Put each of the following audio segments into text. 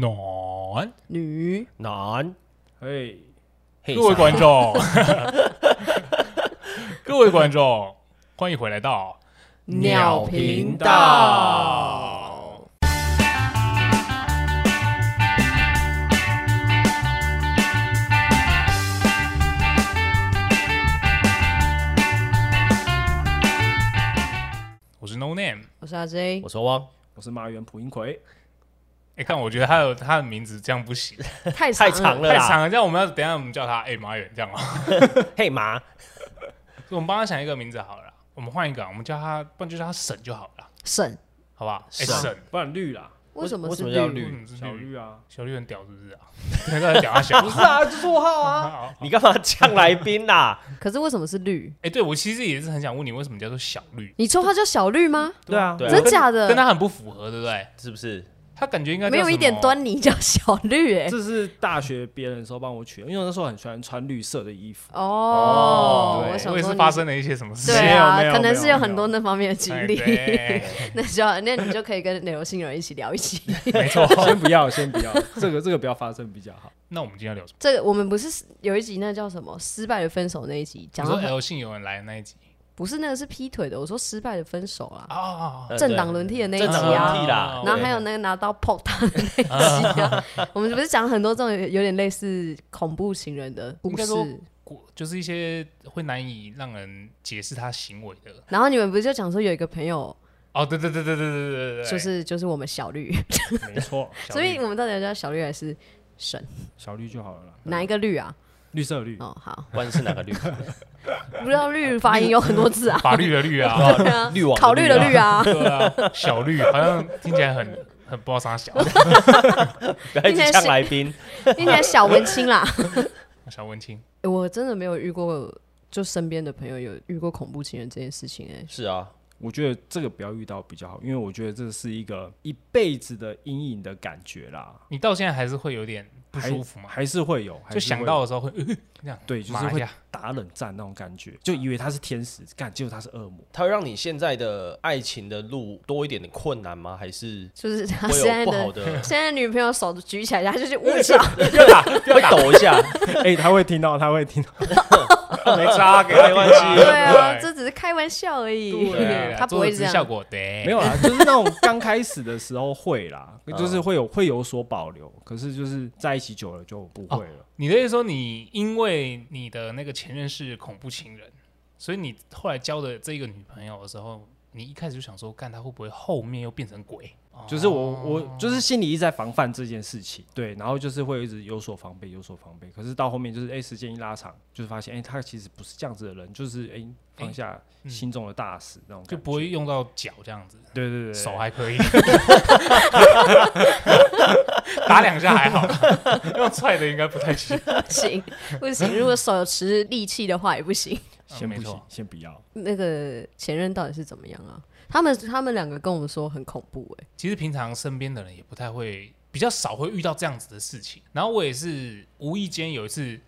暖，女男，嘿，嘿各位啥观众， 各位观众，欢迎回来到鸟频频道道。我是 No Name。我是阿 J，我说汪，我是马原蒲英奎，哎、看，我觉得他有他的名字这样不行，太太长长了，了太啦，长了。这样我们要等一下我们叫他哎、马远这样啊。嘿麻，所以我们帮他想一个名字好了啦，我们换一个，啊我们叫他，不然就叫他沈就好了啦，省好不好？哎、沈沈，不然绿啦，为什么为什是么叫绿？绿嗯是小绿啊，小绿很屌是不是啊？等一下再讲他小不是啊，绰号啊， 好你干嘛呛来宾啊啦？ 可是为什么是绿？哎、对我其实也是很想问你，为什么叫做小绿？你绰号叫小绿吗？对啊，对真啊，假的？跟他很不符合，对不对？是不是？他感觉应该叫呃没有一什点么端倪叫小绿哎。这是大学别人的时候帮我取的，因为我那时候很喜欢穿绿色的衣服。哦，对我想也说是你发生了一些什么事情。对没有啊没，有可能没有是有没很有多那方面的经哎历，对 那就要那你就可以跟流星人一起聊一起。 没错。 先不要，先不要，这个这个不要发生比较好。那我们今天要聊什么？ 这个我们不是有一集那叫什么失败的分手那一集讲你到说呃很 L 姓有人来的那一集不是那个是劈腿的，我说失败的分手啦，啊，呃哦政党轮替的那一正集常政党啊轮。替啦哦，然后对还有那个拿刀碰他的那一集啊，我们不是讲很多这种有点类似恐怖情人的故应该说事，哦就是一些会难以让人解释他行为的。然后你们不是就讲说有一个朋友哦，对对对对对对对对对，就是就是我们小绿，没错，小所绿以我们到底要叫小绿还是沈？ 小绿就好了啦。哪一个绿啊？绿色绿？哦，好，关键是 哪个绿？不知道绿发音有很多字啊，法律的律啊， 对啊，绿网考虑的啊绿啊，对啊，小绿好像听起来很很不知道啥 小不要一直呛来宾。听起来小文青啦。 小文青。欸我真的没有遇过，就身边的朋友有遇过恐怖情人这件事情、欸，是啊，我觉得这个不要遇到比较好，因为我觉得这是一个一辈子的阴影的感觉啦，你到现在还是会有点不舒服吗？还是会有，还就是想会到的时候会呃这样，对，就是麻啊一会下。打冷战那种感觉，就以为他是天使，干结果他是恶 魔。它会让你现在的爱情的路多一点的困难吗？还是就是他会啊现在有不好的？的 现在女朋友手举起来，他就是我操，要打，会抖一下。哎、他会听到，他会听到。没差，给他没关系对啊，这只是开玩笑而已哎对，啊他不会做这的只是效样。果对，没有啦，就是那种刚开始的时候会啦，就是会有会有所保留，可是就是在一起久了就不会了。你的意思说，你因为你的那个前任是恐怖情人，所以你后来交的这个女朋友的时候，你一开始就想说，干她会不会后面又变成鬼？就是我我就是心里一直在防范这件事情，对，然后就是会一直有所防备，有所防备。可是到后面就是哎、时间一拉长，就是发现哎、他其实不是这样子的人，就是哎、放下嗯心中的大石那种感觉，就不会用到脚这样子，对对对对手还可 以，打两下还好， 用踹的应该不太行。不行不行，如果手持力气的话也不行。先没不行错，先不要。那个前任到底是怎么样啊？他们他们两个跟我们说很恐怖哎、其实平常身边的人也不太会，比较少会遇到这样子的事情。然后我也是无意间有一次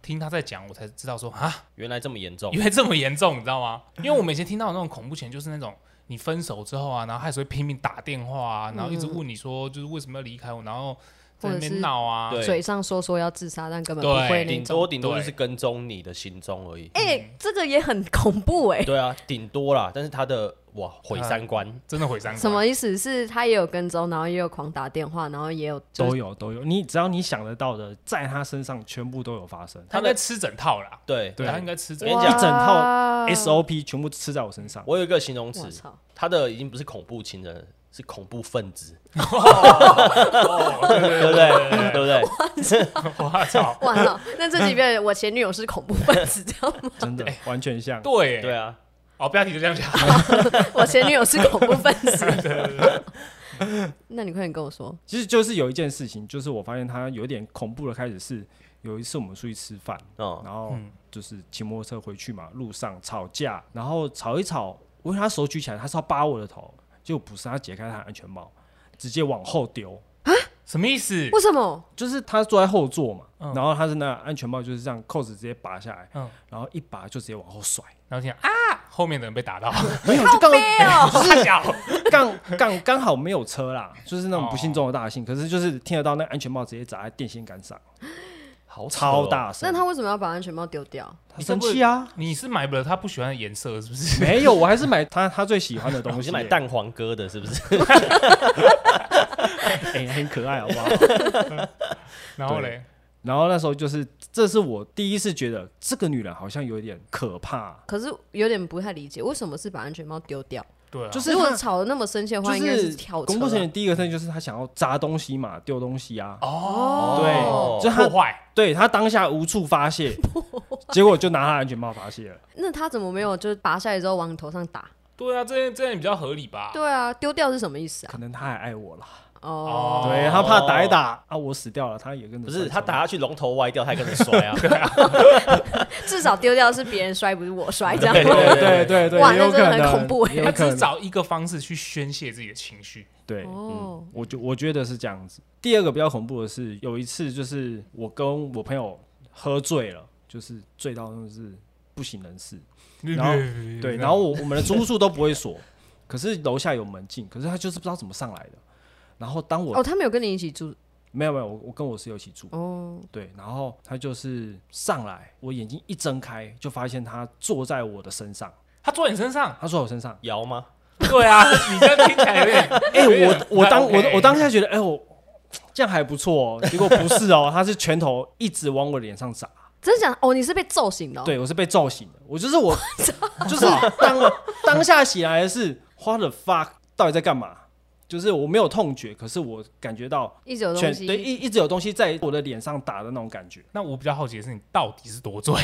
听他在讲，我才知道说啊，原来这么严重因，为这么严重，你知道吗？因为我们以前听到的那种恐怖情人就是那种你分手之后啊，然后还是会拼命打电话啊，然后一直问你说就是为什么要离开我，然后在那嗯或者边是闹啊，对嘴上说说要自杀，但根本对不会那顶种多。顶多对就是跟踪你的行踪而已。哎、这个也很恐怖 哎、对啊，顶多啦，但是他的哇毁三观，真的毁三观。什么？意思？是他也有跟踪，然后也有狂打电话，然后也有就是都有都有，你只要你想得到的，在他身上全部都有发生。他应该吃整套啦，对对他应该吃整我跟套你。讲一整套哇 SOP 全部吃在我身上，我有一个形容我词，操，他的已经不是恐怖情人了，是恐怖分 子，哦对不对？对不对？我操！哇操！那这几遍我前女友是恐怖分 子，知道吗？真的完全像。对耶对啊，哦，标题就这样讲。我前女友是恐怖分子。那你快点跟我说，其实就是有一件事情，就是我发现他有点恐怖的开始是，有一次我们出去吃饭，嗯，然后嗯就是骑摩托车回去嘛，路上吵架，然后吵一吵，我以为他手举起来，他是要扒我的头，结果不是，他解开他的安全帽，直接往后丢，什么意思？为什么？就是他坐在后座嘛，嗯然后他是那安全帽就是这样扣子直接拔下来，嗯然后一拔就直接往后 甩，然后听啊，后面的人被打到，没有就刚没有，大小，刚刚刚好没有车啦，就是那哦种不幸中的大幸，可是就是听得到那个安全帽直接砸在电线杆上，好扯哦超，大声那，他为什么要把安全帽丢掉？他生气啊。你是买不了他不喜欢的颜色是不是？ 没有，我还是买他他最喜欢的东我 西、是买蛋黄哥的，是不 是？哎、很可爱，好不好？然后嘞， 然后那时候就是，这是我第一次觉得这个女人好像有点可怕，可是有点不太理解，为什么是把安全帽丢掉？对啊，就是是如果她吵得那么生气的话，应就该是是跳车恐怖情啊。人第一个声就是她想要砸东西嘛，丢东西啊，哦对，就她破坏，对她当下无处 发泄，结果就拿她安全帽发泄了。那他怎么没有就是拔下来之后往你头上打？对啊，这样这样比较合理吧？哦对啊，丢掉是什么意思啊？可能她还爱我啦，哦，对她怕打一打啊，我死掉了，她也跟着不是摔他车打下去龙头歪掉，他还跟着摔 啊，至少丢掉是别人摔，不是我摔，这样对 对吗？对对对，哇也那有真的可很能恐怖欸也有他可只是能找一个方式去宣泄自己的情绪。对，哦，我就我觉得是这样子。第二个比较恐怖的是，有一次就是我跟我朋友喝醉了，就是醉到真的是不省人事。然后嗯对，然后我我们的租宿都不会锁，可是楼下有门禁，可是他就是不知道怎么上来的。然后当我、哦，他没有跟你一起住没有没有，我我跟我室友一起住，哦，对，然后他就是上来，我眼睛一睁开就发现他坐在我的身上，他坐你身上，他坐我身上。摇吗？对啊，你这样听起来有点，哎、有点我我当不太 OK 我我当下觉得，哎、我这样还不错哦、结果不是哦，他是拳头一直往我脸上砸。真讲哦，你是被揍醒的哦，对我是被揍醒的，我就是 我，就是当当下起来的是 what the fuck，到底在干嘛？就是我没有痛觉，可是我感觉到一直有全东对西，一一直有东西在我的脸上打的那种感觉，那我比较好奇的是，你到底是多醉？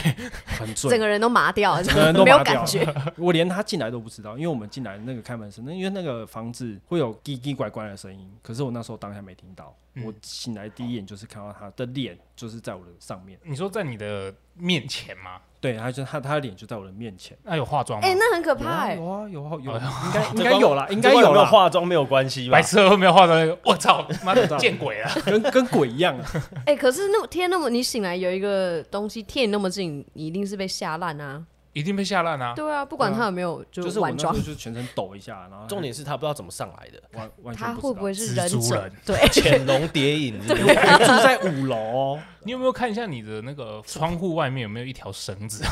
很整醉。个人都麻掉了，整个人都没有麻感掉觉。 了，我连他进来都不知道，因为我们进来那个开门声，那因为那个房子会有叽叽拐拐的声音，可是我那时候当下没听到，嗯我醒来第一眼就是看到他的脸就是在我的上面，你说在你的面前吗？对，他就他他的脸就在我的面前，那有化妆吗哎，？那很可有怕啊哎有，啊有啊有哎啊，应该应该有啦，应该这跟有没有啦，化妆没有关系吧白？痴都没有化妆，我操，妈的见鬼 了！跟跟鬼一样啊，哎，可是那么贴那么，你醒来有一个东西贴你那么近，你一定是被吓烂啊。一定被吓烂啊！对啊，不管他有没有就就是我晚那时候装，就是全身抖一下，然后重点是他不知道怎么上来 的，完完全他会不不知道会是忍蜘蛛者人？对， 潜龙谍影是不是，还住在五楼哦，你有没有看一下你的那个窗户外面有没有一条绳 子？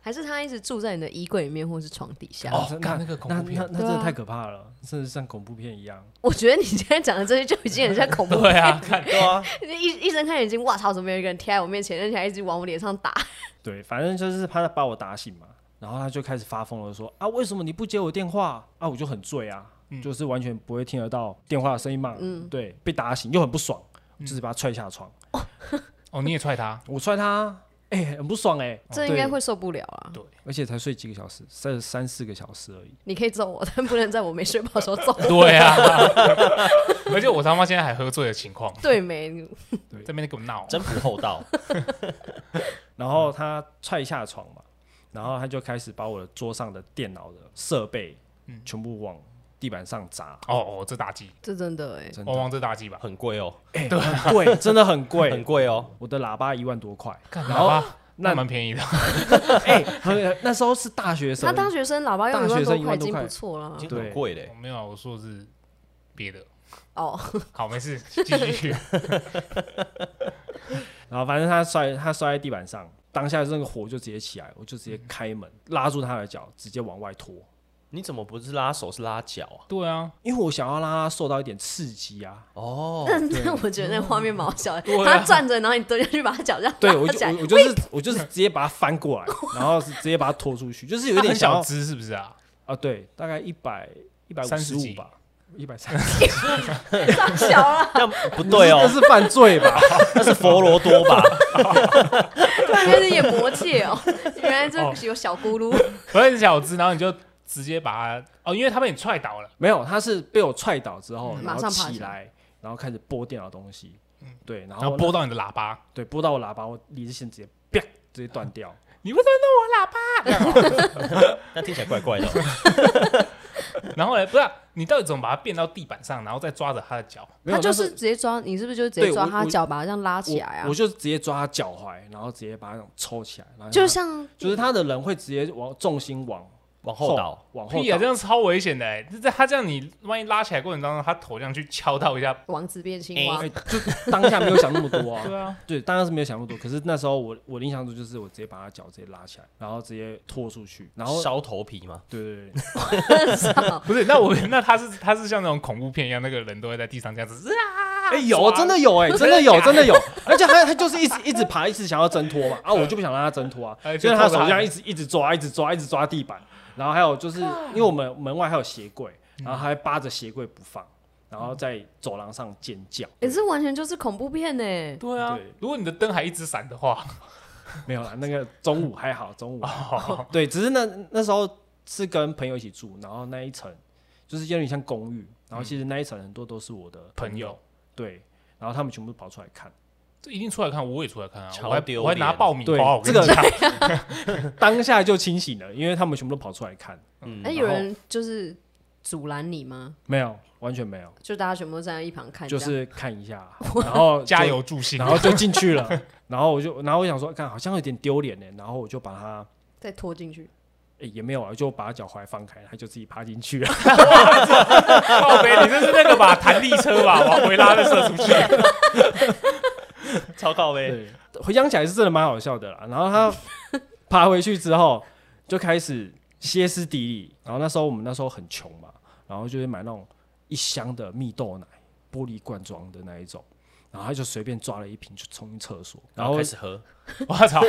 还是他一直住在你的衣柜里面或是床底下？哦那看那个恐怖片那那那真对啊的太可怕了，甚至像恐怖片一样。我觉得你现在讲的这些就已经很像恐怖 对啊，看对啊，一一睁开眼睛，哇操！怎么有一个人贴在我面前，而且还一直往我脸上打？哦对，反正就是他把我打醒嘛，然后他就开始发疯了说，啊，为什么你不接我电话？啊，我就很醉啊，嗯就是完全不会听得到电话的声音嘛。嗯对，被打醒又很不爽，嗯就是把他踹下床，哦，你也踹他，。我踹他，哎、很不爽哎、这应该会受不了啊！而且才睡几个小时，三三四个小时而已。你可以揍我，但不能在我没睡饱的时候揍对啊， 而且我他妈现在还喝醉的情况，对没？在那边给我闹，真不厚道。然后他踹下床嘛，然后他就开始把我的桌上的电脑的设备，全部往地板上砸，哦哦，这大忌，这真的哎、真汪的汪这大忌吧？很贵哦，很贵，真的很很贵。贵哦。我的喇叭一万多块，干喇叭那那蛮便宜的，哎、很那时候是大学生他，大学生喇叭用一大万学多块已生一万多经块不错了已经对很贵嘞哦， 没有啊，我说的是别 的。哦。好，没事，继续。然后反正他摔，他摔在地板上，当下那个火就直接起来，我就直接开门，拉住他的脚，直接往外拖，你怎么不是拉手是拉脚啊？对啊，因为我想要让他受到一点刺激啊。哦，但 但我觉得那画面蛮好笑 的，对啊他站着，然后你蹲下去把他脚这样对，我拉 就起来 我，我就是我就是直接把他翻 过来，然后是直接把他拖出去，就是有他点很想小要只是不是啊？啊，对，大概一百一百五30十几五吧，一百三十，上小啊了，那不对哦 这，是犯罪吧？那是佛罗多吧？突然间是演魔界 哦。原来这有小咕噜，我很小只，然后你就直接把它哦，因为他被你踹倒了，没有，他是被我踹倒之后，嗯然马后上爬起起来来，然后开始拨电脑东西，对，然然后后拨到你的喇叭，对拨到我喇叭，我理智线直接啪直 接断掉。你为什么弄我喇叭？ 那听起来怪怪的哦。然后嘞，不是啊、你到底怎么把它变到地板上，然后再抓着他的脚？没有他就那时候是直接抓，你是不是就直接对抓我他我脚，把他这样拉起来啊我？我就直接抓他脚踝，然后直接把他那种抽起来，然后就让他像就是他的人会直接往重心往往后倒，，往后屁啊，倒这。样超危险的、欸！这这他这样你万一拉起来过程当中，他头这样去敲到一下，王子变青蛙哎，，就当下没有想那么多啊， 对啊，对，当然是没有想那么多。可是那时候我我的印象中就是我直接把他脚直接拉起来，然后直接拖出去，然后烧头皮嘛，对对对，不是，那我那他是他是像那种恐怖片一样，那个人都会在地上这 样子啊，哎有真的有哎，真的有真的有，而且他他就是一直一直爬，一直想要挣脱嘛，啊我就不想让他挣脱啊，哎所以他手这样一就直一直抓，一直抓，一直抓地板，然后还有就是因为我们门外还有鞋柜，然嗯后他还扒着鞋柜不放，然后在走廊上尖叫。也是完全就是恐怖片嗯呢。对啊对，如果你的灯还一直闪的话，没有啦，那个中午还好，中午还好哦对，只是那那时候是跟朋友一起住，然后那一层就是有点像公寓，然后其实那一层很多都是我的朋友，对，然后他们全部跑出来看，这一定出来看，我也出来看啊，超我还丢我还拿脸爆米对花，我跟这个你讲， 当下就清醒了，因为他们全部都跑出来看，嗯那，有人就是阻拦你吗？没有，完全没有，就大家全部都站在一旁看，就这样是看一下，然后 就加油助兴，然后就进去了，然后我就，然后我想说，看好像有点丢脸呢，然后我就把他、再拖进去。诶也没有啊，就把他脚踝放开，他就自己爬进去了。靠北，你这是那个吧，弹力车 吧，往回拉的射出去。 超靠呗，对，回想起来是真的蛮好笑的啦。然后他爬回去之后，就开始歇斯底里。然后那时候我们那时候很穷嘛，然后就是买那种一箱的蜜豆奶，玻璃罐装的那一种。然后他就随便抓了一瓶就冲进厕所，然然后后 开始喝，我操！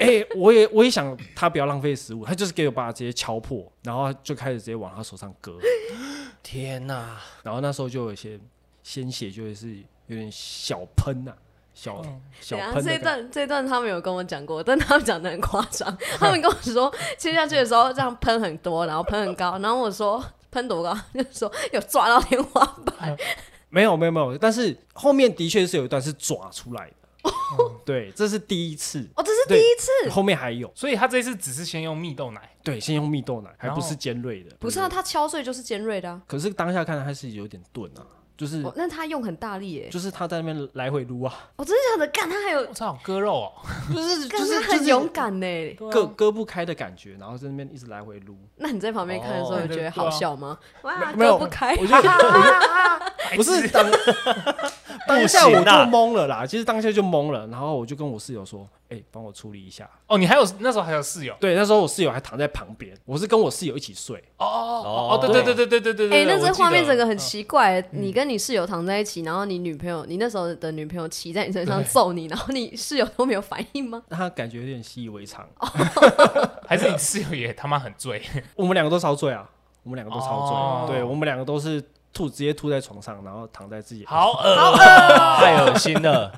哎、我也我也想他不要浪费食物，他就是给我把它直接敲破，然后就开始直接往他手上割。天哪，然后那时候就有一些鲜血，就会是有点小喷呐、小小对啊，喷这一的感觉。段这一段他们有跟我讲过，但 他们讲的很夸 张。他们跟我说切下去的时候这样喷很多，然后喷很高，然后我说 喷多高，就说有抓到天花板。没有没有没有，但是后面的确是有一段是抓出来的。对，这是第一次，哦哦，这是第对一次，后面还有。所以他这次只是先用蜜豆奶，对，先用蜜豆奶，还然不后是尖锐的。不是啊，对，他敲碎就是尖锐的啊。可是当下看它是有点钝啊，就是哦，那他用很大力耶！哦就是他在那边来回撸啊，我真的想着干，他还有我操，割肉哦！ 就是就干，他是很勇，敢呢。就是割割不开的感觉，然后在那边一直来回撸。那你在旁边看的时候，哦你觉对对得好啊笑吗？哇，没有割不开， 哎我就我就不是当当下我不就行啊懵了啦，其实当下就懵了，然后我就跟我室友说：“哎、帮我处理一下。哦，你还有那时候还有室友”对，那时候我室友还躺在旁边，我是跟我室友一起睡，哦哦哦哦，对对对对对对对对对，哎、那我这记画面得整个很奇怪、嗯你跟你室友躺在一起，然后你女朋友，你那时候的女朋友骑在你身上揍你，然后你室友都没有反应吗？他感觉有点习以为常。还是你室友也他妈很醉，我们两个都超醉啊，我们两个都超醉，哦对我们两个都是吐，直接吐在床上，然后躺在自己，好呃好恶，太恶心了，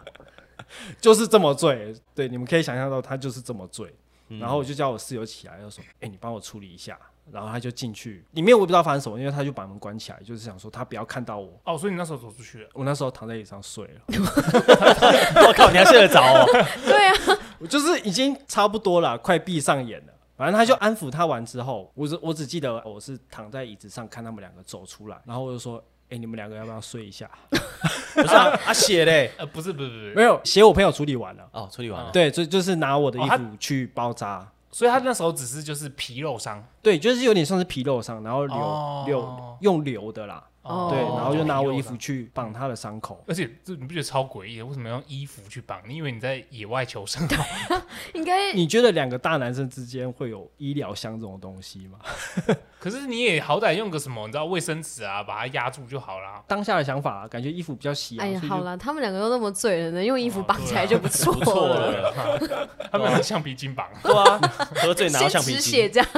就是这么醉。对，你们可以想象到他就是这么醉。嗯然后我就叫我室友起来，就说：“哎、你帮我处理一下。”然后他就进去，里面我也不知道发生什么，因为他就把门关起来，就是想说他不要看到我。哦，所以你那时候走出去了，我那时候躺在椅子上睡了， 我靠，你还睡得着哦？对啊，我就是已经差不多了，快闭上眼了。反正他就安抚他完之后，我只我只记得我是躺在椅子上看他们两个走出来，然后我就说：“哎、你们两个要不要睡一下不是啊，啊血嘞，呃，不是不是不是？”不没是，有，鞋我朋友处理完了，哦，处理完了，对，就就是拿我的哦衣他服去包扎，所以他那时候只是就是皮肉伤，对，就是有点像是皮肉伤，然后流、哦流用流的啦，哦对，然后就拿我衣。皮服肉伤去绑他的伤口。而且这你不觉得超诡异的？为什么要用衣服去绑？你以为你在野外求生？应嗯该你啊觉得两个大男生之间会有医疗箱这种东西吗？可是你也好歹用个什么，你知道卫生纸啊，把它压住就好啦。当下的想法、感觉衣服比较洗、啊，哎呀所，以就好啦，他们两个都那么醉了，能用衣服哦绑对起来啊就不错不错 了。了，他们拿橡皮筋绑，对啊，喝醉拿到先橡皮止筋血，这样，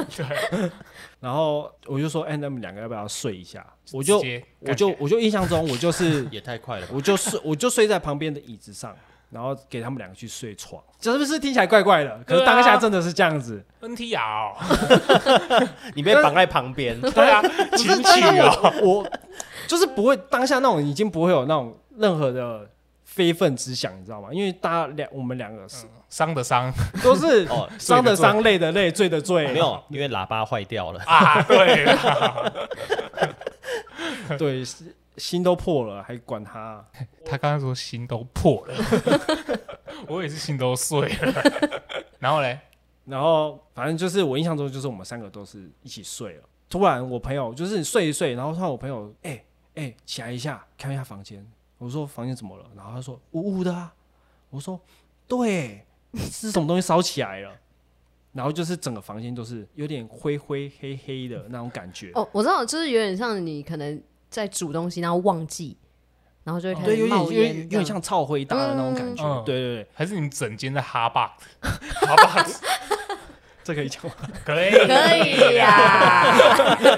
然后我就说，哎、那你们两个要不要睡一下？我就直接我干就起来我就印象中，我就是也太快了吧？我就睡我就睡在旁边的椅子上，然后给他们两个去睡床，这是不是听起来怪怪的？可是对啊当下真的是这样子， NTR 哦。 你被绑在旁边，对啊，情但是 趣哦，我我就是不会当下那种已经不会有那种任何的非分之想，你知道吗？因为大家两我们两个嗯是、伤的伤都是哦伤的醉的伤，累的累，醉的 醉，没有，因为喇叭坏掉了。啊，对啦，对，是心都破了，还管他？ 他刚刚说心都破了， 我也是心都碎了。然后嘞，然后反正就是我印象中就是我们三个都是一起睡了。突然我朋友就是睡一睡，然后突然我朋友哎哎、起来一下，看一下房间。我说房间怎么了？然后他说呜呜的、啊。我说对，是什么东西烧起来了？然后就是整个房间都是有点灰灰黑黑的那种感觉。哦，我知道，就是有点像你可能在煮东西，然后忘记，然后就会开哦对，始有点冒有点有烟这点样，像 超灰搭的那种感觉。嗯嗯对对对，还是你们整间在哈巴，哈巴这可以讲吗？可以，可以啊呀、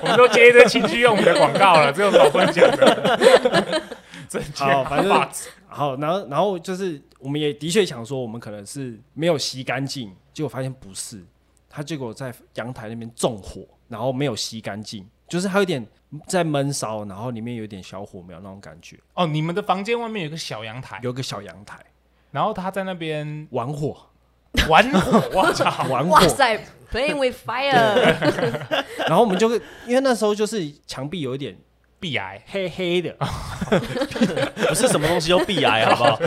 我们都接一堆情趣用品的广告了，这有什么不能讲的？整间好反正哈巴好，然后然后就是我们也的确想说，我们可能是没有吸干净，结果发现不是，他结果在阳台那边纵火，然后没有吸干净，就是它有点在闷烧，然后里面有点小火苗那种感觉，哦，你们的房间外面有个小阳台，有个小阳台然后他在那边玩火，玩火，我 操！啊玩火哇，塞，playing with fire，然后我们就因为那时候就是墙壁有一点鼻癌，黑黑 的，不是什么东西都必 癌，好不好？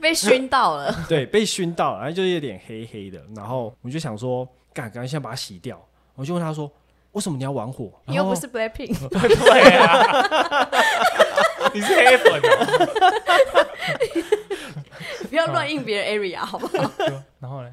被熏到 了，对，被熏到了，然后就有点黑黑的，然后我就想说，赶赶快先把它洗掉，我就问他说，为什么你要玩火？你然又后不是 blackpink，哦对 啊，你是黑粉哦。不要乱应别人 area 啊好不好？然后呢？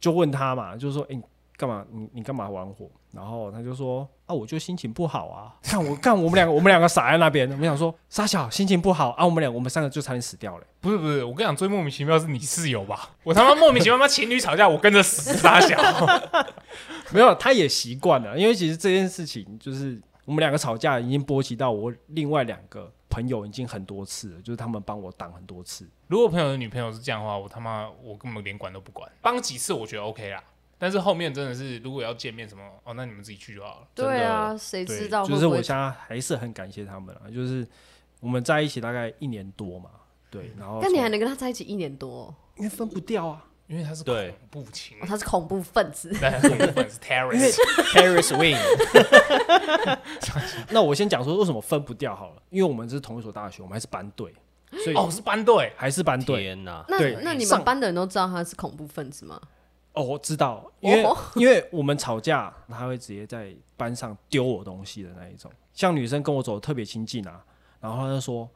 就问他嘛，就说：“哎、你干嘛？你你干嘛玩火？”然后他就说：“啊，我就心情不好啊。” 看我看我们两个，我们两个傻在那边。我们想说，傻小心情不好啊，我们两个我们三个就差点死掉了、不是不是，我跟你讲，最莫名其妙是你室友吧？我他妈莫名其妙，妈情侣吵架，我跟着死傻小。没有，他也习惯了，因为其实这件事情就是我们两个吵架已经波及到我另外两个朋友已经很多次了，就是他们帮我挡很多次。如果朋友的女朋友是这样的话，我他妈我根本连管都不管，帮几次我觉得 OK 啦。但是后面真的是，如果要见面什么，哦，那你们自己去就好了。真的对啊，谁对，知道会就不是我会？现在还是很感谢他们啊，就是我们在一起大概一年多嘛，对，然后但你还从能跟他在一起一年多哦，因为分不掉啊。因为他是对恐怖情哦，他是恐怖分子，但他恐怖粉是 terrorist， Harris Win，那我先讲说为什么分不掉好了，因为我们是同一所大学，我们还是班队，所以哦，是班队，还是班队。天哪！那对那你们上班的人都知道他是恐怖分子吗？哦，我知道，因为、哦因为我们吵架，他会直接在班上丢我东西的那一种。像女生跟我走得特别亲近啊，然后他就说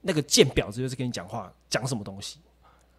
那个贱婊子就是跟你讲话讲什么东西，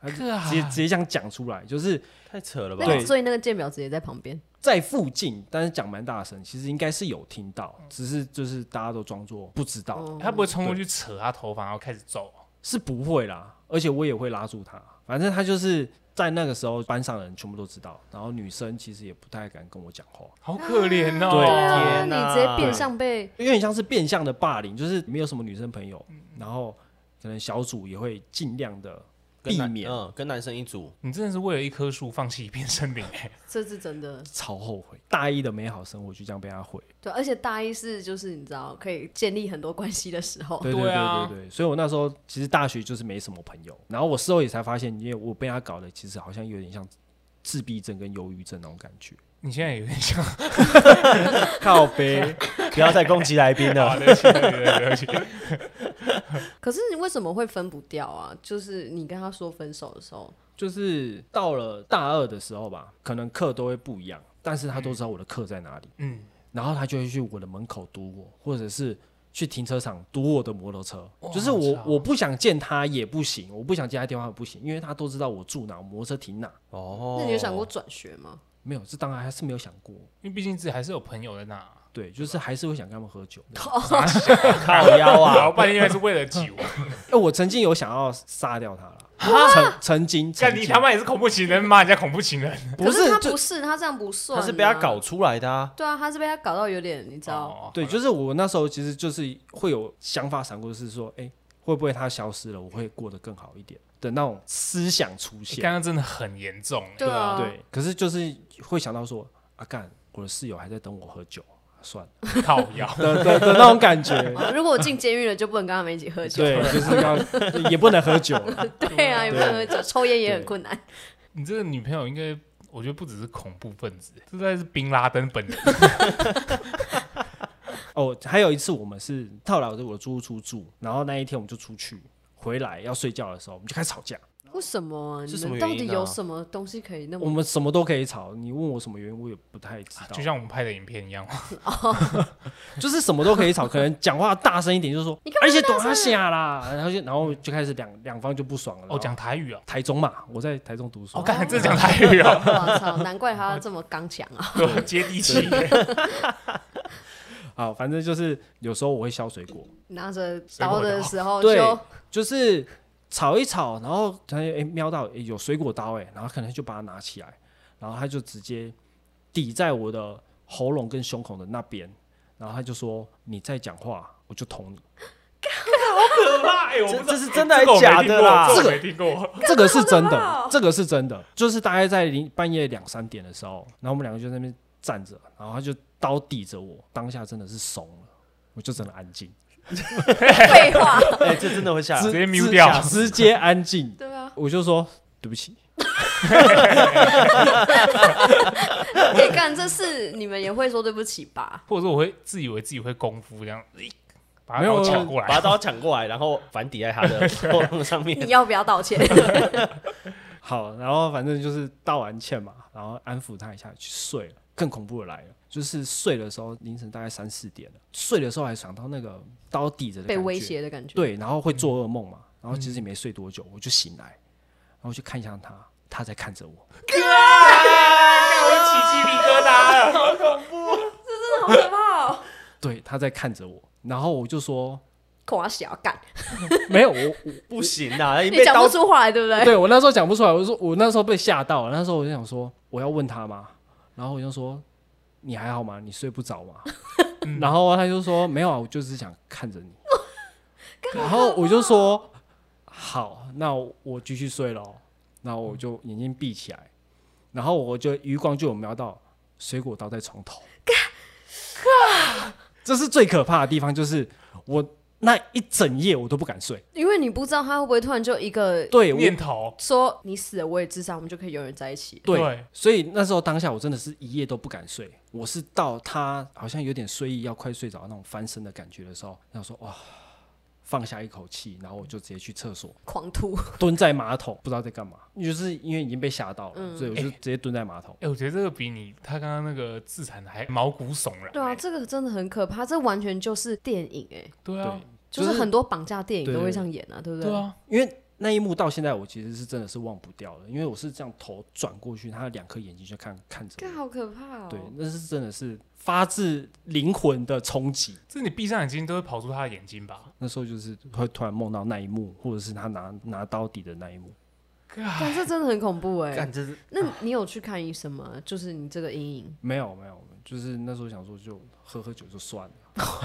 他就啊直接直接这样讲出来，就是太扯了吧？那对你所以那个剑表直接在旁边，在附近，但是讲蛮大声，其实应该是有听到，只是就是大家都装作不知道，哦他不会冲过去扯他头发，然后开始揍。是不会啦，而且我也会拉住他。反正他就是在那个时候，班上的人全部都知道，然后女生其实也不太敢跟我讲话，好可怜哦！对啊，天你哪直接变相被有点像是变相的霸凌，就是没有什么女生朋友，嗯然后可能小组也会尽量的跟避男免嗯，跟男生一组，你真的是为了一棵树放弃一片森 林哎、这是真的，超后悔，大一的美好生活就这样被他毁。对，而且大一是就是你知道可以建立很多关系的哦时候， 对对对对啊对对，所以我那时候其实大学就是没什么朋友，然后我事后也才发现，因为我被他搞得其实好像有点像自闭症跟忧郁症那种感觉。你现在有点 像，靠背， 不要再攻击来宾啊，。对不起，对不起对不起，对不起可是你为什么会分不掉啊？就是你跟他说分手的时候，就是到了大二的时候吧，可能课都会不一样，但是他都知道我的课在哪里，嗯，然后他就会去我的门口堵我，或者是去停车场堵我的摩托车。就是哇我操我不想见他也不行，我不想接他电话也不行，因为他都知道我住哪，我摩托车停哪。哦，那你有想过转学吗？没有，这当然还是没有想过。因为毕竟自己还是有朋友在那。对，就是还是会想跟他们喝酒。靠腰哇，我啊？半夜是为了 酒，哎、我曾经有想要杀掉他了，曾曾经，曾看经你他妈也是恐怖情人，骂人家恐怖情 人。不可是他就不是，他这样不算、他是被他搞。出来的啊！对啊，他是被他搞到有点，你知道，哦对，就是我那时候其实就是会有想法闪过，是说，哎、会不会他消失了，我会过得更好一点的那种思想出你现。刚刚真的很严重、欸，对啊，对，可是就是会想到说，啊干，我的室友还在等我喝酒，算 了，靠腰的的的那种感觉。哦如果我进监狱了，就不能跟他们一起喝酒。对， 就是要也不能喝酒，对啊，也不能喝酒，抽烟也很对困难。你这个女朋友应该，我觉得不只是恐怖分子，这才是bin 拉登本人。哦，还有一次我们是套牢着我的租屋处住，然后那一天我们就出去，回来要睡觉的时候，我们就开始吵架。为什么啊？是你什么们原到因啊底有什么东西可嗯以那我么？们什么都可以吵，你问我什么原因，我也不 太知道。啊就像我们拍的影片一样， 就是什么都可以吵，可能讲话大声一点，就是说，哎你干嘛而且躲他下啦，然后就然后就开始两两方就不爽了。哦，然讲后台语哦，台中嘛，我在台中读书哦，，干，这讲台语哦，我操， 难怪他这么刚强 啊！对接地气。好，反正就是有时候我会削水果，拿着刀的时候对 就就是吵一吵，然后他哎、诶瞄到、诶有水果刀哎、诶然后可能就把它拿起来，然后他就直接抵在我的喉咙跟胸口的那边，然后他就说你再讲话我就捅你。可怕， 哎，我这不知这道是真的还这个我是没假听的过啦？这个我没听过。这个是真好可怕的哦，这个是真的，就是大概在零半夜两三点的时候，然后我们两个就在那边站着，然后他就刀抵着我，当下真的是怂了，我就真的安静，废话，哎，这真的会吓人。啊直接直瞄掉直接安静，对 啊，我就说对不起，哎，干这事你们也会说对不起吧？或者说我会自以为自己会功夫这样，诶把没他有刀抢过把来。刀抢过来，然后反抵在他 的喉咙上面你。要不要道歉？好，然后反正就是道完歉嘛，然后安抚他一下去睡了。更恐怖的来了，就是睡的时候凌晨大概三四点了，睡的时候还想到那个刀抵着的被感威觉胁的感觉。对，然后会做噩梦嘛，然后其实也没睡多久，我就醒来，然后就看向他，他在看着我，哎我起鸡皮疙瘩了。好可怕哦！对，他在看着我，然后我就说 夸小干，没有，我不行 啊，你被讲不刀出话来，对不对？ 对我那时候讲不出来，我就说我那时候被吓到了，那时候我就想说我要问他吗？然后我就说你还好吗？你睡不着吗？ 然后他就说没有啊，我就是想看着你。然后我就说好，那我继续睡咯。然后我就眼睛闭起来，然后我就余光就有瞄到水果刀在床头。这是最可怕的地方，就是我那一整夜我都不敢睡。因为你不知道他会不会突然就一个对，我念头，说你死了我也自杀，我们就可以永远在一起。对，对所以那时候当下我真的是一夜都不敢睡，我是到他好像有点睡意要快睡着那种翻身的感觉的时候，然后说哇，放下一口气，然后我就直接去厕所狂吐，蹲在马桶，不知道在干嘛，就是因为已经被吓到了，所以我就直接蹲在马桶。哎，我觉得这个比你他刚刚那个自残的还毛骨悚然。 欸对啊，，这个真的很可怕，这完全就是电影哎、对啊，就就是是很多绑架电影对都会这样演啊，对不对啊，因为那一幕到现在我其实是真的是忘不掉了，因为我是这样头转过去，他的两颗眼睛就看看着这我，好可怕哦！对，那是真的是发自灵魂的冲击。这你闭上眼睛都会跑出他的眼睛 吧？那时候就是会突然梦到那一幕，或者是他拿拿刀抵的那一幕。但这真的很恐怖哎、干，这是那你有去看医生吗？就是你这个阴影，没有没有，就是那时候想说就喝喝酒就算了。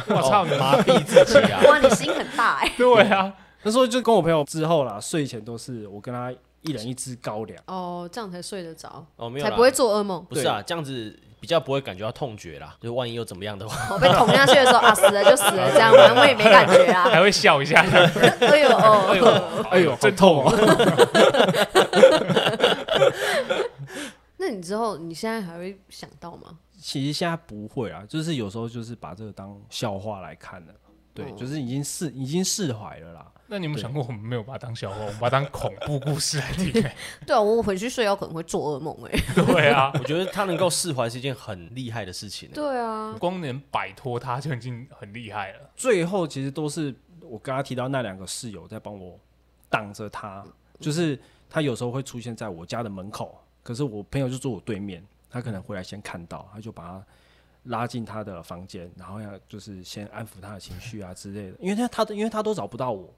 我操哦你妈！麻痹自己 啊！ 哇，你心很大 哎、对啊，那时候就跟我朋友之后啦，睡前都是我跟他一人一支高粱。哦，这样才睡得着，哦，没有才啦，不会做噩梦。 不是啊，这样子比较不会感觉到痛觉啦。就万一又怎么样的话，我 哦被捅下去的时候啊，死了就死了，这样反正我也没感觉 啊。还会笑一下。哎呦哎哦，呦，哎呦，真痛哦！那你之后你现在还会想到吗？其实现在不会啊，就是有时候就是把这个当笑话来看了。对，就是已经释已经释怀了啦。那你有没有想过，我们没有把它当笑话，我们把它当恐怖故事来听、欸？ 对啊，我回去睡觉可能会做噩梦哎、对啊，我觉得他能够释怀是一件很厉害的事情欸。对啊，光能摆脱它就已经很厉害了。最后其实都是我刚刚提到那两个室友在帮我挡着他，就是他有时候会出现在我家的门口，可是我朋友就坐我对面，他可能回来先看到，他就把他拉进他的房间，然后要就是先安抚他的情绪啊之类的，因为他他因为他都找不到我，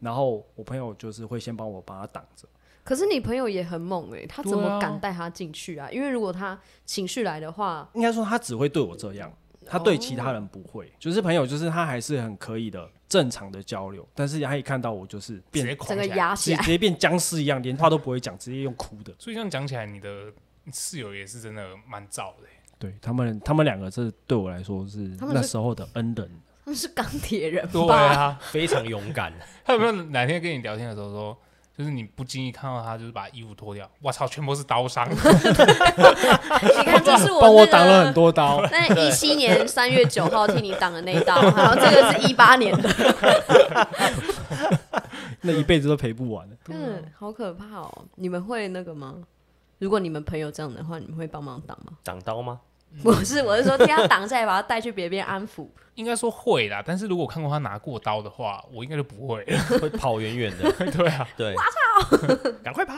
然后我朋友就是会先帮我把他挡着，可是你朋友也很猛哎、他怎对么啊敢带他进去啊？因为如果他情绪来的话，应该说他只会对我这样。他对其他人不会，就是朋友，就是他还是很可以的正常的交流，但是他一看到我就是直变接狂整个起来。压直起接来 直。接变僵尸一样，连话都不会讲，直接用哭的。所以这样讲起来，你的室友也是真的蛮燥的、欸。对他们，他们两个这对我来说是他们是那时候的恩人。他们是钢铁人对吧？啊，非常勇敢。他有没有哪天跟你聊天的时候说，就是你不经意看到他，就是把衣服脱掉，我操，全部是刀伤，你看，这是我帮我那个挡了很 多刀，那一七年三月九号替你挡的那一刀，然后这个是一八 年啊的，那一辈子都赔不完。嗯，好可怕哦！你们会那个吗？如果你们朋友这样的话，你们会帮忙挡吗？挡刀 吗？嗯我是我是说，替他挡下来，把他带去别边安 抚。应该说会啦。但是如果我看过他拿过刀的话，我应该就不会了。会跑远远的，对啊，对，赶快跑！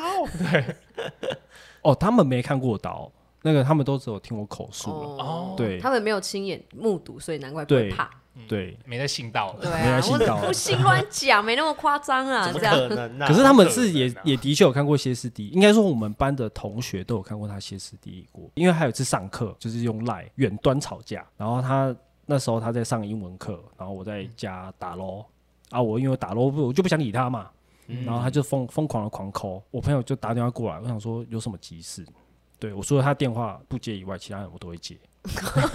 哦，他们没看过刀，那个他们都只有听我口述了。哦对他们没有亲眼目睹，所以难怪不会对怕。对，没在信道了，对没啊有，信我道啊不信乱讲，没那么夸张啊，怎么这样可能呢？可是他们是也可能啊也的确有看过歇斯底里，应该说我们班的同学都有看过他歇斯底里过。因为还有一次上课就是用赖远端吵架，然后他那时候他在上英文课，然后我在家打咯啊，我因为我打咯，我就不想理他嘛，然后他就疯疯狂的狂抠，我朋友就打电话过来，我想说有什么急事。对我除了他电话不接以外，其他人我都会接。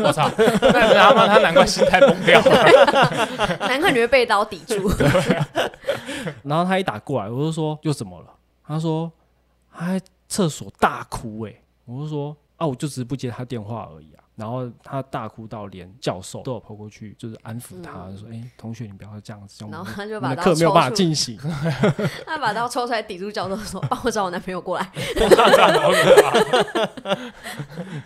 我操，那他妈他难怪心态崩掉了。难怪你会被刀抵住。 然后他一打过来，我就说又怎么了？他说他在厕所大哭哎、我就说啊，我就只是不接他电话而已啊。然后他大哭到连教授都有跑过去，就是安抚他，就说：“哎、同学，你不要这样子，这样嗯然我后他们就我把们的刀课抽没有办法出，进行。 他把刀抽出来抵住教授说：“ 帮我找我男朋友过来。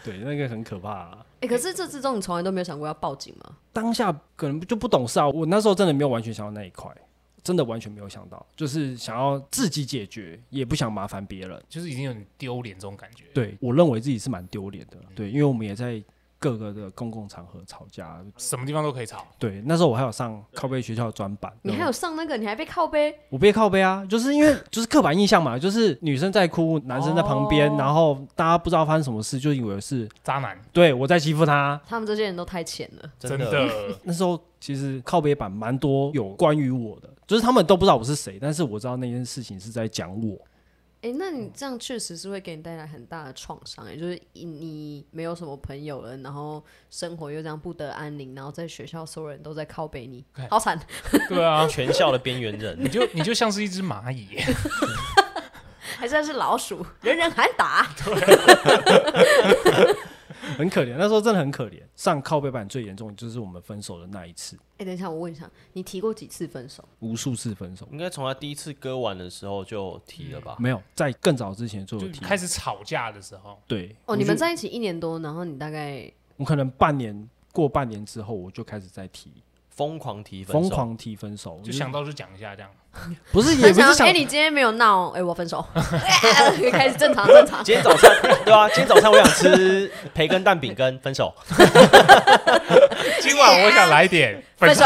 对，那个很可怕、啊。”哎，可是这之中你从来都没有想过要报警吗？当下可能就不懂事啊，我那时候真的没有完全想到那一块，真的完全没有想到，就是想要自己解决，也不想麻烦别人。就是已经有点丢脸这种感觉。对嗯我认为自己是蛮丢脸的啦，对，因为我们也在各个的公共场合吵架，什么地方都可以吵，对，那时候我还有上靠背学校的专版，你还有上那个，你还被靠背，我被靠背啊，就是因为就是刻板印象嘛，就是女生在哭，男生在旁边，哦然后大家不知道发生什么事，就以为是渣男，对我在欺负他。他们这些人都太浅了。真真的 的。那时候其实靠背版蛮多有关于我的，就是他们都不知道我是谁，但是我知道那件事情是在讲我。哎、那你这样确实是会给你带来很大的创伤，也欸就是你你没有什么朋友了，然后生活又这样不得安宁，然后在学校所有人都在靠背你，好惨。对啊，全校的边缘人你就你就像是一只蚂蚁，还算是老鼠，人人喊打。很可怜，那时候真的很可怜。上靠背版最严重的就是我们分手的那一次，哎、等一下，我问一下，你提过几次分手？无数次分手，应该从他第一次割腕的时候就提了吧？没有在更早之前就有就提。开始吵架的时候，对，哦，我你们就在一起一年多，然后你大概我可能半年过半年之后，我就开始在提，疯狂提分手，疯狂提分手，我就想到就讲一下这样。不 是也不想是要想哎、你今天没有闹，哎、我分 手，哎开始正常正常。今天早餐对啊，今天早餐我想吃培根蛋饼跟分 手，今晚我想来点分手，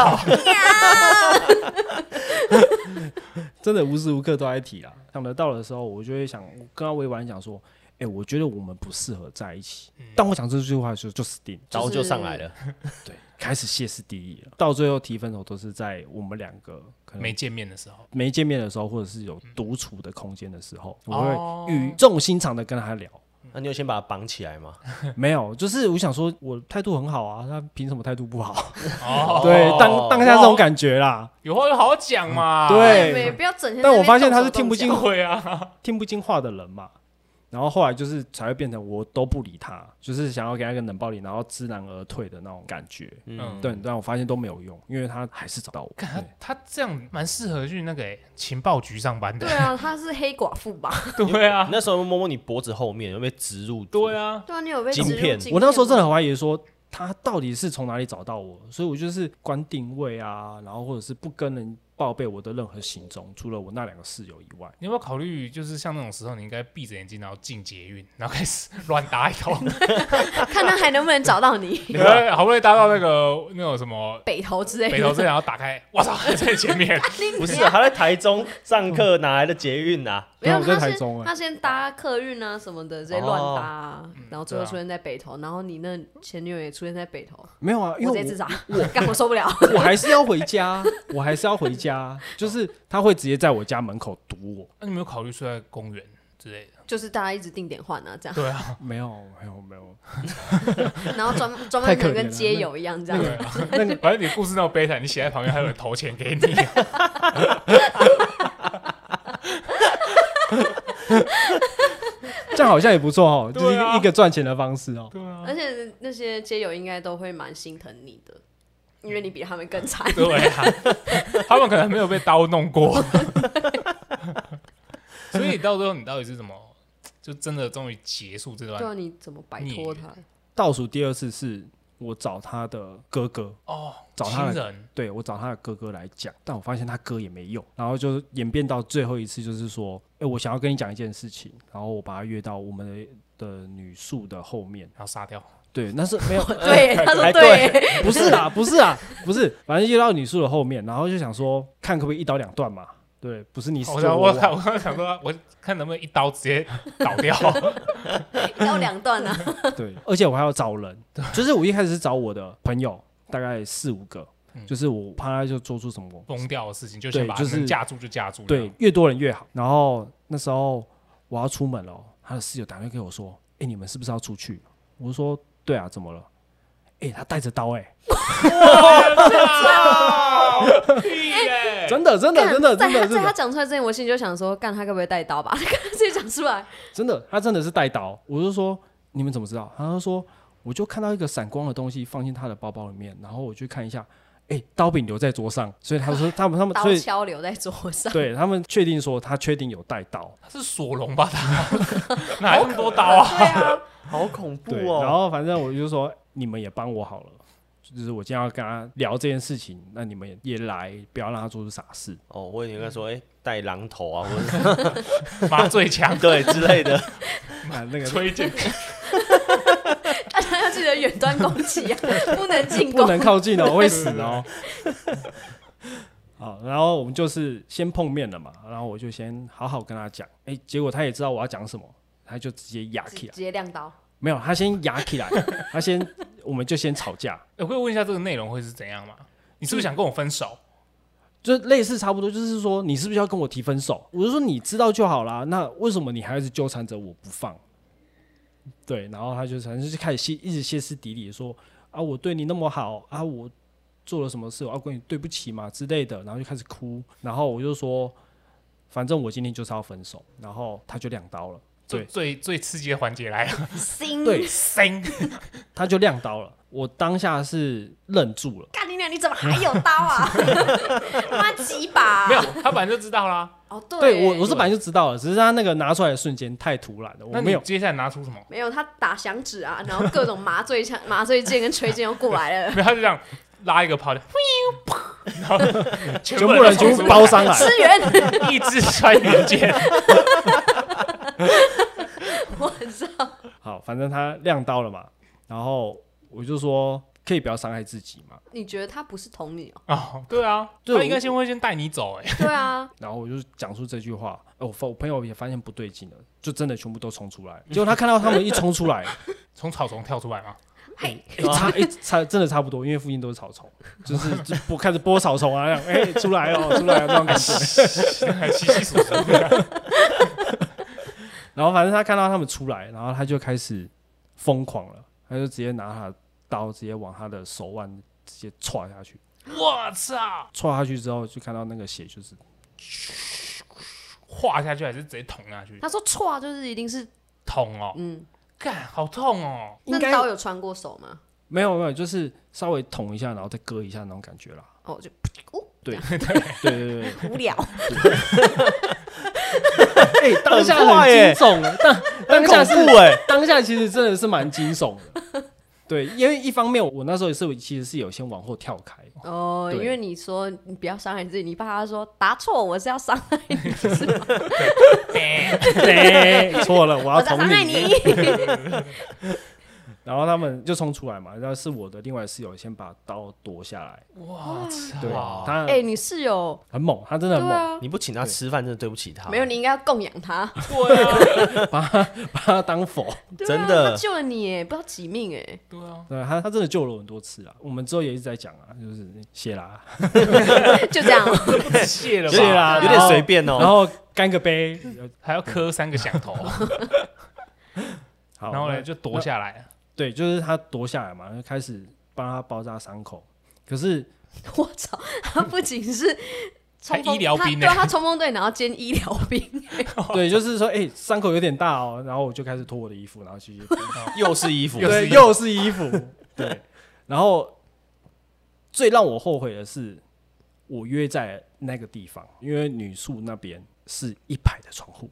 真的无时无刻都在提啦。想得到的时候，我就会想跟他委婉地讲说，哎、我觉得我们不适合在一起。当我讲这句话的时候，就死定了，然后就上来了。对，开始歇斯底里了。到最后提分手都是在我们两个可能没见面的时候，没见面的时候，或者是有独处的空间的时候，我哦会语重心长的跟他聊。那你有先把他绑起来吗？ 没有，就是我想说，我态度很好啊，他凭什么态度不好？哦， 对，当当下这种感觉啦。有话就好好讲嘛。对哎不要整天在那边动手动脚。但我发现他是听不进会啊， 听不进话的人嘛。然后后来就是才会变成我都不理他，就是想要给他一个冷暴力，然后知难而退的那种感觉。嗯嗯，对，但我发现都没有用，因为他还是找到我。看对他他这样蛮适合去那个欸情报局上班对的。啊，他是黑寡妇吧？ 对啊，那时候摸摸你脖子后面有没有植入？对，啊，对啊，你有被晶植入片我那时候真吗的很怀疑说他到底是从哪里找到我，所以我就是关定位啊，然后或者是不跟人报备我的任何行踪，除了我那两个室友以外。你有没有考虑，就是像那种时候，你应该闭着眼睛，然后进捷运，然后开始乱搭一 通，看他还能不能找到 你你会好不容易搭到那个那种什么北投之类北的。投这，然后打开，我操，在前面， 不是啊他在台中上课哪来的捷运啊？没有，我在他台是中哎、他先搭客运啊什么的，直接乱搭啊、然后最对后啊出现在北投，然后你那前女友也出现在北投，没有啊，因我直接为自杀，干我受不了。 我我还是要回家，我还是要回家，就是他会直接在我家门口堵我。那你有没有考虑睡在公园？之类的。就是大家一直定点换啊，这样，对啊，没有没有没有，然后专专太门可可能怜跟了街那友一样这那样。个那 个啊反正你故事那么悲惨，你写在旁边还有人投钱给你，这样好像也不错哦，就是一对啊个一个赚钱的方式哦。对啊，而且那些街友应该都会蛮心疼你的，因为你比他们更惨。 对啊，他们可能没有被刀弄过，所以到最后你到底是怎么，就真的终于结束这对啊，段你怎么摆脱 他？倒数第二次是我找他的哥哥，哦，找他亲的人对我找他的哥哥来讲，但我发现他哥也没用，然后就演变到最后一次，就是说，哎、我想要跟你讲一件事情，然后我把他约到我们的的女宿的后面，然后杀掉，对，那是没有，对，他说哎对， 不 是啦，不是啦，不是，反正约到女宿的后面，然后就想说，看可不可以一刀两断嘛，对，不是你死我我想我亡看我刚想说，我看能不能一刀直接倒 掉，一刀两断啊。对，而且我还要 找人，就是我一开始是找我的朋友，大概四五个，嗯就是我怕他就做出什么疯掉的事情，就先对把就是能架住就架住，对，，越多人越好。然后那时候我要出门了哦，他的室友打电话给我说：“哎、你们是不是要出去？”我就说：“对啊，怎么了？”哎、他带着刀、欸，屁嘞，真的， 真的，真的，真在他在的，真他的，讲出来之前，我心里就想说，干他该不会带刀吧？他 刚刚直接讲出来，真的，他真的是带刀。我就说：“你们怎么知道？”他就说：“我就看到一个闪光的东西放进他的包包里面，然后我去看一下，哎、刀柄留在桌上。”所以他 说：“他们，他们，所刀以敲留在桌 上。对他们确定说他确定有带刀。”他是索隆吧？他哪有那么多刀哦啊？对啊，好恐怖对，然哦！后反正我就说，你们也帮我好了，就是我今天要跟他聊这件事情，那你们也也来，不要让他做出傻事。哦，我以为你该说，哎，带榔头啊，或者，麻醉枪对之类的，啊， 那个推荐大家要记得远端攻击啊，不能进不攻。能靠近哦，会死哦。好，然后我们就是先碰面了嘛，然后我就先好好跟他讲，哎，结果他也知道我要讲什么，他就直接压直起来，接亮 刀，没有，他先压起来，他先，我们就先吵架，哎我可以问一下这个内容会是怎样吗？你是不是想跟我分手？就类似差不多，就是说你是不是要跟我提分手？我就说你知道就好啦，那为什么你还一直纠缠着我不放？对，然后他就反正就开始歇，一直歇斯底里地说啊，我对你那么好啊，我做了什么事，我要跟你对不起嘛之类的，然后就开始哭，然后我就说，反正我今天就是要分手，然后他就亮刀了，最对最最刺激的环节来了， 心对三他就亮刀了，我当下是愣住了，干你娘！你怎么还有刀啊？ 妈几把啊？没有，他本来就知道啦。哦，对我我是本来就知道了，只是他那个拿出来的瞬间太突然了，我那没你有接下来拿出什么？没有，他打响指啊，然后各种麻醉枪、 麻醉箭跟锤箭又过来了，没有，他就这样拉一个跑的，然 后全全部人都冲全出部来包上来，支 援一支穿云箭，我知道，好，反正他亮刀了嘛，然后我就说可以不要伤害自己嘛，你觉得他不是捅你哦？哦，对啊，对他应该先会先带你走，哎，对啊，然后我就讲出这句话，呃我发我朋友也发现不对劲了，就真的全部都冲出来，结果他看到他们一冲出来，从草丛跳出来嘛，哎嘿，一差一差真的差不多，因为附近都是草丛，就是就不开始拨草丛啊，这样哎、出来了出来了那种感觉，还稀稀疏疏的，然后反正他看到他们出来，然后他就开始疯狂了，他就直接拿他的刀直接往他的手腕直接戳下去，我操，戳下去之后就看到那个血就是划下去还是直接捅下去？他说错啊，就是一定是捅哦，嗯，干，好痛 哦，那应该刀有穿过手吗？没有没有，就是稍微捅一下，然后再割一下那种感 觉啦。哦，就哦，对对对对，无聊，哎、当下很快很耶惊悚的，当很当下恐怖是哎，当下其实真的是蛮惊悚的。对，因为一方面我那时候也是我其实是有先往后跳开， 哦，对因为你说你不要伤害你自己，你怕他说答错，我是要伤害你，是吗？哎对， 错了，我我要在捅伤害你。你， 然后他们就冲出来嘛，然后是我的另外室友先把刀夺下来，哦我对操，他哎，你室友很猛，他真的对很猛，啊，你不请他吃饭，真的对不起他。没有，你应该要供养他，对啊， 把他当佛，对啊真的他救了你耶，不 知道几命哎，对啊，对他他真的救了我很多次啊。我们之后也一直在讲啊，就是谢啦，就这样，谢了啊有吧，点啦有点随便然哦。后干个杯，还要磕三个响 头，好，然后那呢就夺下来了。对，就是他夺下来嘛，就开始帮他包扎伤口。可是我操， 他不仅是冲锋还医疗兵呢他对他冲锋队，然后兼医疗兵，对，就是说，哎、伤口有点大哦，然后我就开始脱我的衣服，然后去，又是衣服，对，又是衣服，对，然后最让我后悔的是，我约在那个地方，因为女宿那边是一排的窗户，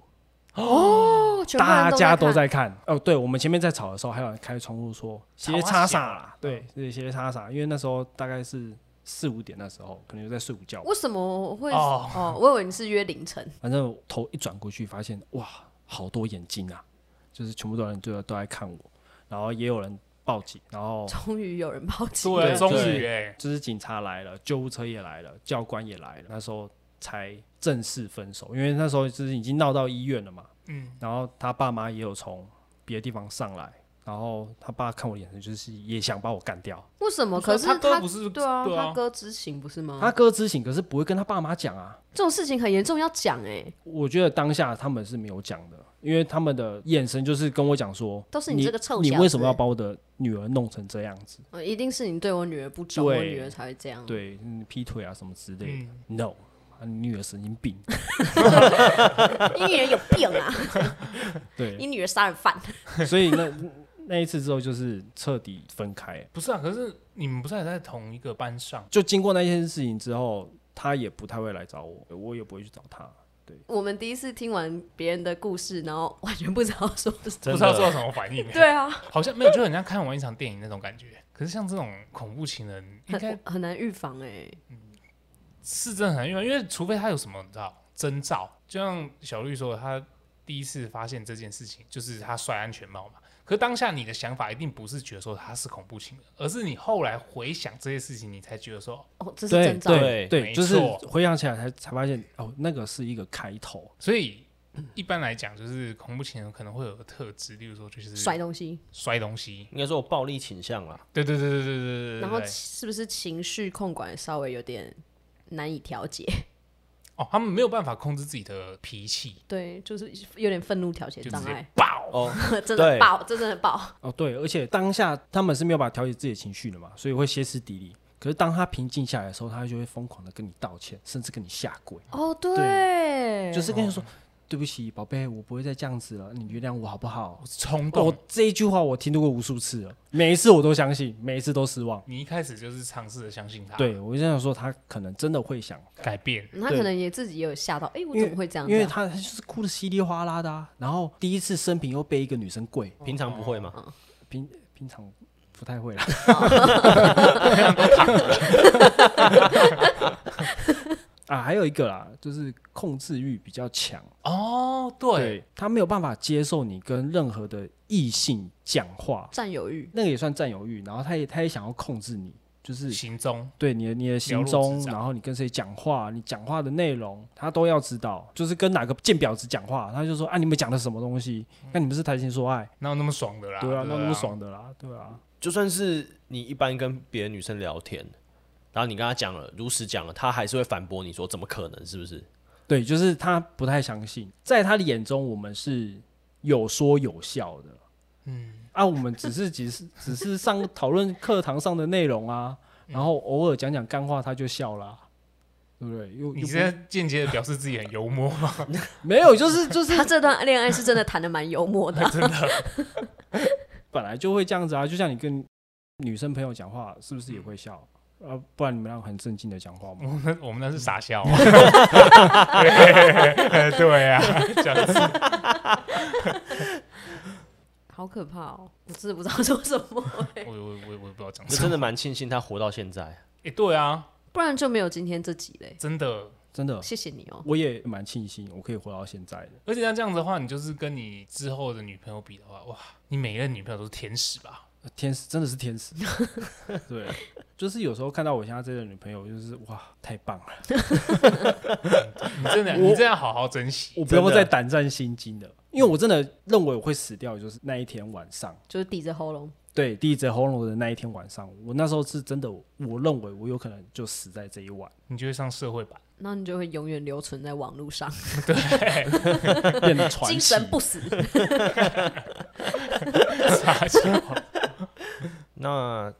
哦，全部人大家都看。在看。哦，对，我们前面在吵的时候，还有人开窗户说斜插傻啦，对，对，斜插傻，因为那时候大概是四五点那时候，可能就在睡午觉吧。为什么会？哦哦，我以为你是约凌晨，反正我头一转过去，发现哇，好多眼睛啊，就是全部都有人都都在看我，然后也有人报警，然后终于有人报警对，了。终于对哎，就是警察来了，救护车也来了，教官也来了，那时候才正式分手，因为那时候就是已经闹到医院了嘛，嗯，然后他爸妈也有从别的地方上来，然后他爸看我眼神就是也想把我干掉，为什么？可是他哥不是对啊，对他啊，哥知情不是吗？他哥知情，可是不会跟他爸妈讲啊，这种事情很严重，要讲哎、我觉得当下他们是没有讲的，因为他们的眼神就是跟我讲说，都是你这个臭你小为什么子要把我的女儿弄成这样子？呃一定是你对我女儿不忠，我对女儿才会这样。，对，嗯劈腿啊什么之类的。嗯 No，啊你女儿神经病。你女儿有病啊！你 对，女儿杀人犯。 所以那那一次之后就是彻底分开。不是啊，可是你们不是还在同一个班上？就经过那件事情之后，他也不太会来找我，我也不会去找他。我们第一次听完别人的故事，然后完全不知道说是不真知道的做什么反应，欸对，啊，好像没有，就很像看完一场电影那种感觉。可是像这种恐怖情人，应该很很难预防哎、是真的很意外，因为除非他有什么你知道征兆，就像小绿说的，他第一次发现这件事情就是他摔安全帽嘛。可当下你的想法一定不是觉得说他是恐怖情人，而是你后来回想这些事情，你才觉得说，哦，这是对征兆。对没对，就是错回想起来才才发现，哦，那个是一个开头。所以一般来讲，就是恐怖情人可能会有个特质，例如说就是甩东西，摔东西，应该说有暴力倾向啦。对对对对对对对对然后对。是不是情绪控管稍微有点难以调节？ 哦，他们没有办法控制自己的脾气，对，就是有点愤怒调节就直障接碍， 爆。哦，真的对爆，这真的爆。 哦，对，而且当下他们是没有办法调节自己的情绪的嘛，所以会歇斯底里。可是当他平静下来的时候，他就会疯狂的跟你道歉，甚至跟你下跪，哦，对对就是跟你哦说：“对不起，宝贝，我不会再这样子了，你原谅我好不好我是冲？”动我，这一句话我听过无数次了，每一次我都相信，每一次都失望。你一开始就是尝试着相信他，对我就想说，他可能真的会想，改变，嗯他可能也自己也有吓到，哎、我怎么会这样子啊？因为他他就是哭的稀里哗啦的、啊，然后第一次生平又被一个女生跪，平常不会嘛？平平常不 太会啦。啊，还有一个啦，就是控制欲比较强，哦，对，他没有办法接受你跟任何的异性讲话，占有欲，那个也算占有欲，然后他也他也想要控制你，就是行踪，对你的你的行了如踪指，掌然后你跟谁讲话，你讲话的内容，他都要知道。就是跟哪个贱婊子讲话，他就说啊，你们讲的什么东西？嗯那你们是谈情说爱？哪有那么爽的啦？对啊，那么不。爽的啦，对嗯啊，就算是你一般跟别的女生聊天，然后你跟她讲了，如实讲了，她还是会反驳你说怎么可能？是 不是？对，就是他不太相信，在他的眼中，我们是有说有笑的。嗯，啊，我们只是只是只是上讨论课堂上的内容啊，然嗯后偶尔讲讲干话，他就笑啦、对不对？又你又是在间接的表示自己很幽默吗？ 不没有，就是 就是他这段恋爱是真的谈的蛮幽默的啊、本来就会这样子啊，就像你跟女生朋友讲话，是不是嗯也会笑？啊，不然你们俩很正经的讲话我吗？们那我们那是傻笑、啊， 对啊，这样子 好可怕哦！我真的不知道 说什么欸、 我我我我也不知道讲就什真么。的蛮庆幸她活到现在。哎、对啊，不然就没有今天这集嘞。真的，真的，谢谢你哦，我也蛮庆幸我可以活到现在的。而且像这样子的话，你就是跟你之后的女朋友比的话，哇，你每一任女朋友都是天使吧？呃天使真的是 天使，对，就是有时候看到我现在这个女朋友，就是哇，太棒了，你真的，我你这样好好珍惜。我不用再胆战心惊了，因为我真的认为我会死掉，就是那一天晚上，就是抵着喉咙，对，第一则喉咙的那一天晚上，我那时候是真的，我认为我有可能就死在这一晚，你就会上社会版，那你就会永远留存在网络上， 变得传奇，精神不死。傻笑。那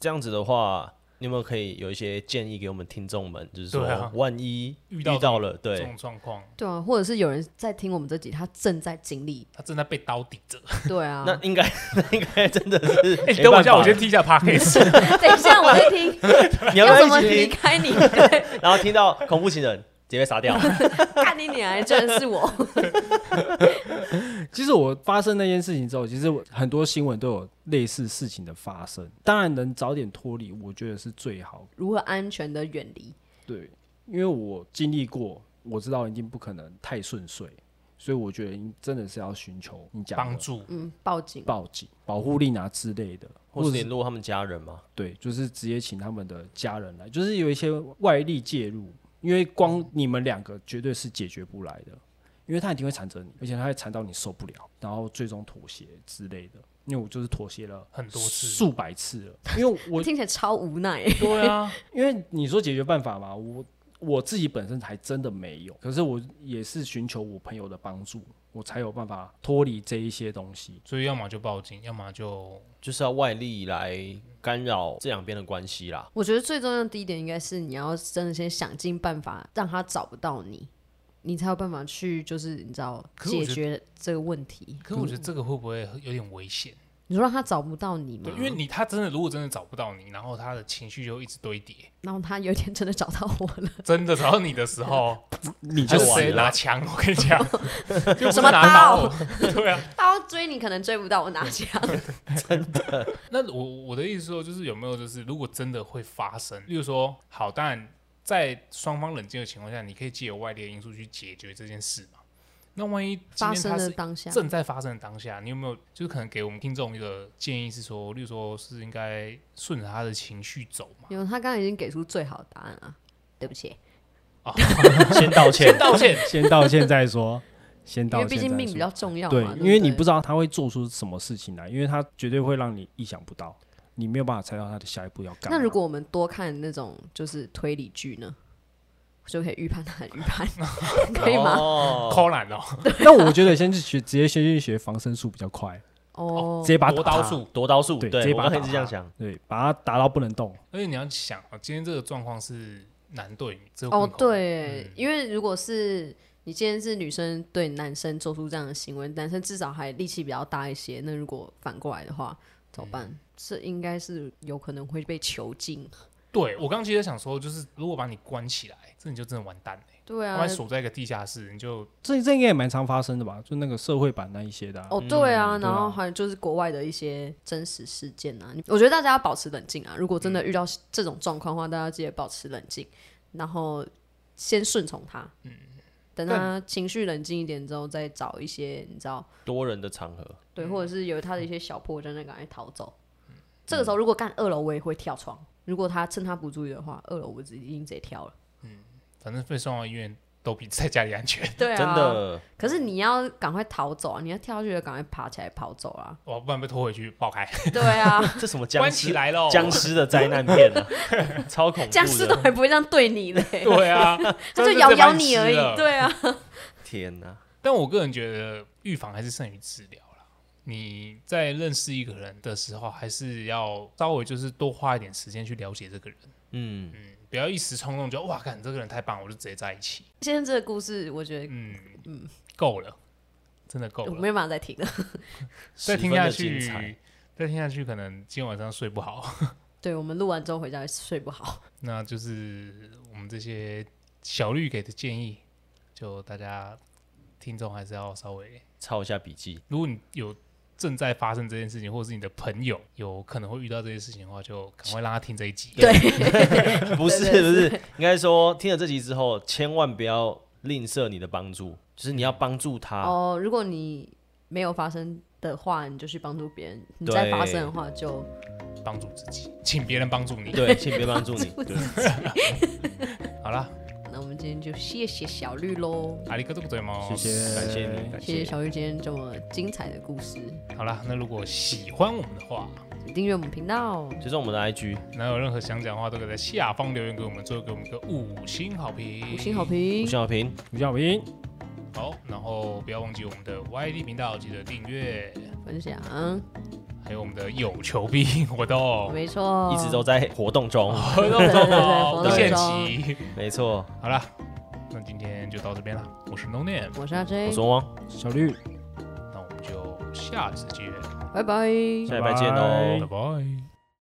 这样子的话，你有没有可以有一些建议给我们听众们？就是说对啊，万一遇到了，这对种状况，对啊，或者是有人在听我们这集，他正在经历。 他正在被刀抵着。对啊，那应该 那应该真的 是哎、没等我一办下，法我 先听一下 p a c k a s e 等一下我在听，你要不怎要么一起离听？开你？ 然后听到恐怖情人直接被 杀掉，看你脸，居然是我。其实我发生那件事情之后，其实我很多新闻都有类似事情的发生。当然，能早点脱离，我觉得是最好。如何安全的远离？对，因为我经历过，我知道一定不可能太顺遂，所以我觉得你真的是要寻求你讲的帮助，嗯，报警。报警、保护令啊之类的，或或是者联是络他们家人吗？对，就是直接请他们的家人来，就是有一些外力介入，因为光你们两个绝对是解决不来的，因为他一定会缠着你，而且他会缠到你受不了，然后最终妥协之类的。因为我就是妥协了很多次数百次了，因为 我听起来超无奈。对啊，因为你说解决办法嘛，我我自己本身还真的没有，可是我也是寻求我朋友的帮助，我才有办法脱离这一些东西。 所以要么就报警，要么就就是要外力来干扰这两边的关系啦。我觉得最重要的第一点应该是你要真的先想尽办法让他找不到你，你才有办法去就是你知道可是我解觉得决这个问题。可是我觉得这个会不会有点危险？你说让他找不到你吗啊对，？因为你他真的如果真的找不到你，然后他的情绪就一直堆叠， 然后他有一天真的找到我 了，真的找到你的时候，你就就直完接了，拿枪，我跟你 讲，就不是什么拿刀刀，对啊。他要追你可能追不到，我拿枪。那我我的意思说，就是有没有就是如果真的会发生，例如说，好，当然在双方冷静的情况下，你可以借由外力的因素去解决这件事嘛。那万一今发天生他的是当下，正在发生的当下，你有没有就是可能给我们听众一个建议是说，例如说是应该顺着他的情绪走嘛？因为他刚才已经给出最好的答案了，对不起， 先道歉先，道歉，先道歉再说，先因道为歉再毕说。竟命比较重要嘛。对对，，因为你不知知道他会做出什么事情来，因为他绝对会让你意想不到，你没有办法猜到他的下一步要干嘛。那如果我们多看那种就是推理剧呢，就可以预判他的预 判， 可以吗？哦，抠懒哦，那我觉得先去学，直接先去学防身术比较快，哦直，接把他夺打刀他，术。啊夺刀术，对对，直接我把刚他才打是这样趴想。对，把他打到不能动。而且你要想啊，今天这个状况是男对女，这个哦更，恐怖，嗯对，因为如果是你今天是女生对男生做出这样的行为，男生至少还力气比较大一些。那如果反过来的话，怎么嗯办？这应该是有可能会被囚禁。对我刚刚其实想说，就是如果把你关起来，这你就真的完蛋了、对欸，啊把你，锁在一个地下室，你就这这应该也蛮常发生的吧？就那个社会版那一些的啊、哦，对啊，嗯然后还有就是国外的一些真实事件啊，你我觉得大家要保持冷静啊。如果真的遇到这种状况的话，大家记得保持冷静，然后先顺从他，嗯，等他情绪冷静一点之后，再找一些你知道多人的场合，对，或者是有他的一些小破绽，再赶快逃走。这个时候如果干二楼，我也会跳窗。如果他趁他不注意的话，二楼我直已经直接跳了。反正被送到医院都比在家里安全。 对啊，真。的可是你要赶快逃走啊！你要跳下去就赶快爬起来跑走啊！哇，不然被拖回去爆开， 对啊，这什么僵关起尸来哦喽。僵尸的灾难片啊，超恐怖的。僵尸都还 不会这样对你嘞。对 啊， 他真就的咬被咬白你痴而已了。对 啊，天哪、但我个人觉得预防还是胜于治疗啦。你在认识一个人的时候，还是要稍微就是多花一点时间去了解这个人，嗯，嗯，不要一时冲动就哇，看这个人太棒，我就直接在一起，今天这个故事，我觉得嗯够了，真的够我了。没有办法再听了。 再十分听的下精彩去，再听下去，可能今天晚上睡不好。对我们录完之后回家睡不好，那就是我们这些小绿给的建议，就大家听众还是要稍微抄一下 笔记，如果你有正在发生这件事情，或者是你的朋友有可能会遇到这些事情的话，就赶快让他听这一集。对，不是对不是，应该说听了这集之后，千万不要吝啬你的帮助，就是你要帮助他。哦。如果你没有发生的话，你就去帮助别人；你对再发生的话，就帮助自己，请别人帮助你。对，请别 帮助你。对好啦，那我们今天就谢谢小绿喽，阿里哥都不对吗？谢谢，感谢你，感谢谢小绿今天这么精彩的故事。好啦，那如果喜欢我们的话，订阅我们频道。其实我们的 IG 那有任何想讲的话，都可以在下方留言给我们，最后给我们一个五星好评，五星好。评吴，小平，吴小平，好，然后不要忘记我们的 YD 频道，记得订阅，分享，还有我们的有求必应 活动，没错，一直都在活动中，活动 对对对中 不活动限中期。没错。好了，那今天就到这边了，我是 No Name，我是阿我 J，是汪汪，小绿，那我们就下次见，拜拜。下礼拜见哦拜拜拜拜。